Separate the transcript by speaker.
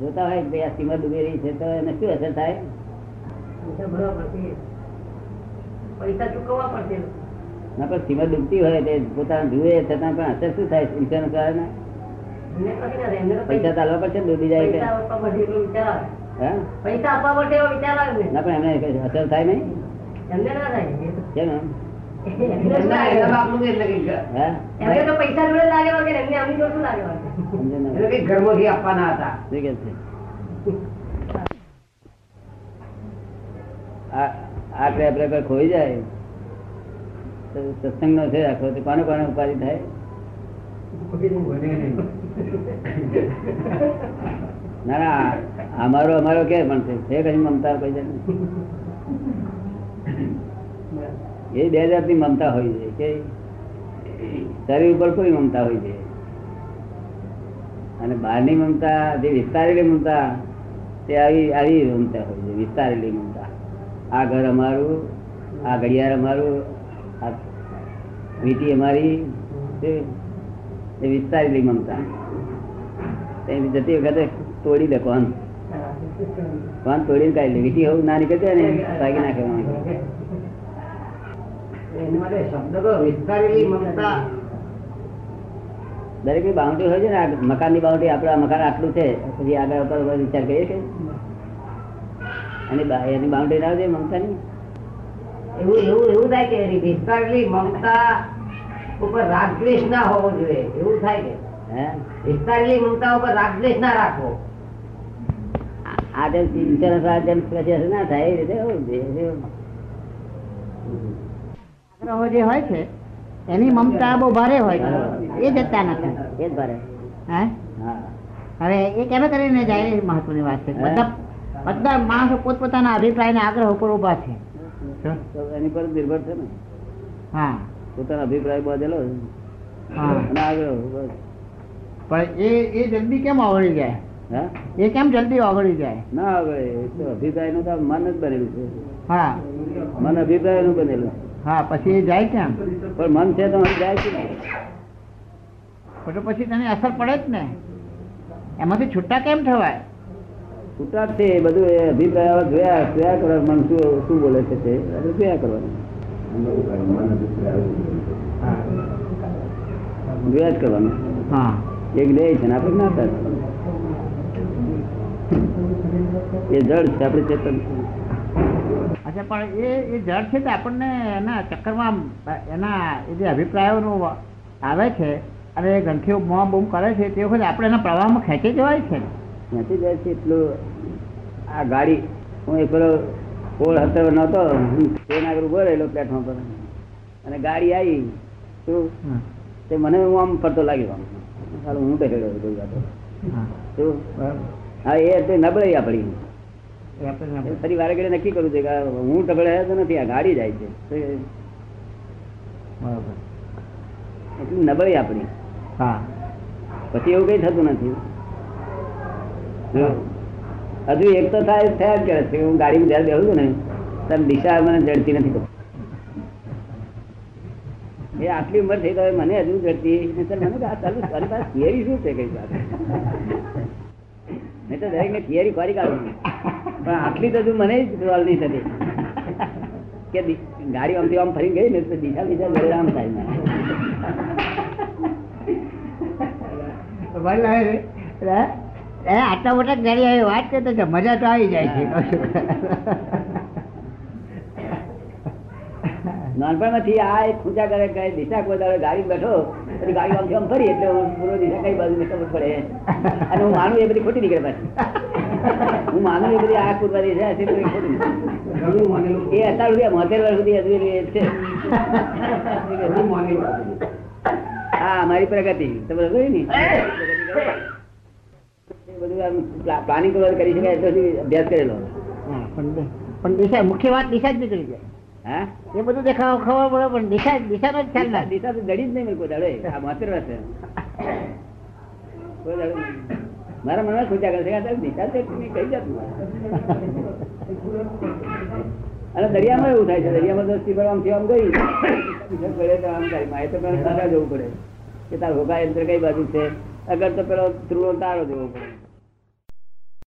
Speaker 1: જોતા હોય કે ભાઈ આ સીમા ડૂબી રહી છે તો એને શું અસર થાય
Speaker 2: પૈસા ભરવા પડશે પૈસા ચૂકવવા પડશે
Speaker 1: ના પણ સીમા ડૂબતી હોય તે પોતાને જુએ છતાં પણ અસર શું થાય ઇન્સ્યોરન્સ વાળાને
Speaker 2: એમને કશું ના થાય. એમને તો
Speaker 1: પૈસા ચાલવા પડશે ને ડૂબી જાય
Speaker 2: પૈસા
Speaker 1: એટલે
Speaker 2: આપવા માટે એવો વિચાર આવે.
Speaker 1: હા
Speaker 2: પૈસા આપવા માટે એવો વિચાર આવે ને
Speaker 1: ના પણ એમને કઈ અસર થાય નહીં
Speaker 2: એમને ના થાય એ તો-
Speaker 1: કેમ એમ?
Speaker 2: એમને શું લાગે?
Speaker 1: હા
Speaker 2: એમને તો પૈસા જોડે લાગે વગર એમને આમની જોડે શું લાગે વગર?
Speaker 1: સમજે ને
Speaker 3: એટલે કઈ ઘરમાંથી આપવાના હતા
Speaker 1: શું કે છે આ આ ટેપ રેકર ખોઈ જાય તો સત્સંગનો છે આખો તો કોને કોને ઉપાધિ થાય ના ના અમારો અમારો કે પણ છે છે કઈ મમતા કોઈ જાતની? એ બે જાતની મમતા હોય છે કે શરીર ઉપર કોઈ મમતા હોય છે અને બહારની મમતા જે વિસ્તારેલી મમતા તે આવી આવી મમતા હોય છે વિસ્તારેલી મમતા આ ઘર અમારું આ ઘડિયાળ અમારું આ વીટી અમારી તે એ વિસ્તારેલી મમતા તેની જતી વખતે તોડી દે કોણ કોણ તોડીને કાઢી લે વીટી હોવું ના નીકળતી હોય ને ભાગી નાખે એમાં.
Speaker 3: એના માટે શબ્દ તો વિસ્તારેલી મમતા
Speaker 1: દરેક ની બાઉન્ડ્રી હોય છે ને આ મકાનની બાઉન્ડ્રી આપણે આ મકાન આટલું છે પછી આગળ ઉપર ઉપર વિચાર કરીએ છીએ એની બા- એની બાઉન્ડ્રી ના હોય મમતાની
Speaker 3: એવું એવું એવું થાય કે વિસ્તારેલી મમતા ઉપર રાગદ્વેષ ના હોવો જોઈએ એવું થાય કે
Speaker 1: હે
Speaker 3: વિસ્તારેલી મમતા ઉપર રાગદ્વેષ ના રાખો
Speaker 1: આ જેમ ઇન્સ્યોરન્સ આ જેમ process ના થાય એ રીતે હોવું જોઈએ.
Speaker 4: આગ્રહો જે હોય છે એની મમતા બહુ ભારે હોય છે એ જતા નથી
Speaker 1: એ જ ભારે
Speaker 4: હે
Speaker 1: હા
Speaker 4: હવે એ કેમે કરીને જાય એ મહત્વની વાત છે બધા બધા માણસો પોતપોતાના અભિપ્રાય ને આગ્રહ ઉપર ઉભા છે
Speaker 1: તો એની પર નિર્ભર છે ને
Speaker 4: હા
Speaker 1: પોતાનો અભિપ્રાય બાંધેલો છે.
Speaker 4: હા
Speaker 1: અને આગળ બસ.
Speaker 4: પણ એ એ જલ્દી કેમ આવડી જાય
Speaker 1: હા
Speaker 4: એ કેમ જલ્દી આવડી જાય
Speaker 1: ના આગળ એ તો અભિપ્રાયનું તો આ મન જ બનેલું છે
Speaker 4: હા
Speaker 1: મન અભિપ્રાયનું બનેલું
Speaker 4: હા પછી એ જાય કેમ
Speaker 1: પણ મન છે તો મન જાય છે ને.
Speaker 4: પણ તો પછી તને અસર પડે જ ને એમાંથી છૂટા કેમ થવાય
Speaker 1: છૂટા જ છે એ બધું એ અભિપ્રાયો જોયા જોયા કરવા મન શું શું બોલે છે તે આપણે જોયા કરવાનું જોયા જ કરવાનું
Speaker 4: હા
Speaker 1: એક લે છે ને આપણે જ્ઞાતા છીએ. એ જળ છે આપણે ચેતન છીએ.
Speaker 4: અચ્છા પણ એ એ જળ છે તે આપણને એના ચક્કરમાં એના એ જે અભિપ્રાયોનો આવે છે અને એ ગંઠીઓ મોં બૂમ કરે છે તે વખતે આપણે એના પ્રવાહમાં ખેંચી જવાય છે ને.
Speaker 1: ત્યાંથી જાય છે એટલું આ ગાડી હું એક પેલો પોળ હતો નહોતો ટ્રેન આગળ ઉભો રહેલો પ્લેટફોર્મ પર અને ગાડી આવી તો તે મને હું આમ ફરતો લાગ્યો આમ સારું હું બેઠેલો હતો ગાડો
Speaker 4: હા.
Speaker 1: તો
Speaker 4: બરાબર.
Speaker 1: હા એ તે નબળાઈ આપણી
Speaker 4: એ આપણે
Speaker 1: ફરી વારે ઘડીએ નક્કી કરું છે કે આ હું ટબળાયો તો નથી આ ગાડી જાય છે તો એ
Speaker 4: બરાબર.
Speaker 1: એટલી નબળી આપણી
Speaker 4: હા
Speaker 1: પછી એવું કઈ થતું નથી જો, હજુ એક તો થાય થયા જ કરે છે હું ગાડીમાં જયારે બેહું છું ને ત્યારે દિશા મને જડતી નથી એ આટલી ઉંમર થઈ તો હવે મને હજુ જડતી નથી. સર, મને તો આ તારું તારી પાસે થિયરી શું છે કઈ પાસે નહીં તો દરેકને થિયરી ફરી કાઢું પણ આટલી તો હજુ મને જ રોલ નહીં થતી કે દિ- ગાડી આમથી આમ ફરી ગઈ ને તો દિશા દિશા જડે આમ થાય મારે.
Speaker 4: એ એ આટલા મોટા ગાડી આવી વાત કરતો છે મજા તો આવી જાય છે કહું છું.
Speaker 1: નાનપણમાંથી આ એક ખૂંચા કરે કે દિશા કોઈ દાડો ગાડી બેઠો પછી ગાડી આમ આમ ફરી એટલે હું પૂરો દિશા કઈ બાજુ ને ખબર પડે અને હું માનું એ બધી ખોટી નીકળે પાછી હું માનું એ બધી આ કુરવા દિશા છે તો એ ખોટી નીકળે.
Speaker 3: ઘણું માનેલું
Speaker 1: એ અત્યાર સુધી મોતેર વર્ષ સુધી હજુ એ છે
Speaker 3: ઘણું માનેલું
Speaker 1: હા અમારી પ્રગતિ તમે સમજો ને એ બધું આમ પ્લાનિંગ કરવા કરી શકાય એટલો સુધી અભ્યાસ કરેલો
Speaker 4: હા, પણ દે- પણ દિશા મુખ્ય વાત દિશા જ નીકળી જાય
Speaker 1: હા
Speaker 4: એ બધું દેખાવ ખબર પડે પણ દિશા દિશાનો જ ખ્યાલ
Speaker 1: દિશા
Speaker 4: ના
Speaker 1: દિશા તો જડી જ નહીં મને કોઈ દાડો એ. આ માત્ર વાત છે કોઈ દાડો નહીં. મારા મનમાં ખોટા કરે છે કે આ તારી દિશા છે કે નહીં કઈ જાતનું? અને દરિયામાં એવું થાય છે દરિયામાં તો સ્ટીમર આમથી આમ ગઈ દિશા પડે તો આમ થાય મારે તો પેલા સાદા જવું પડે કે તારું હોકા યંત્ર કઈ બાજુ છે અગર તો પેલો ધ્રુવો તારો જોવો પડે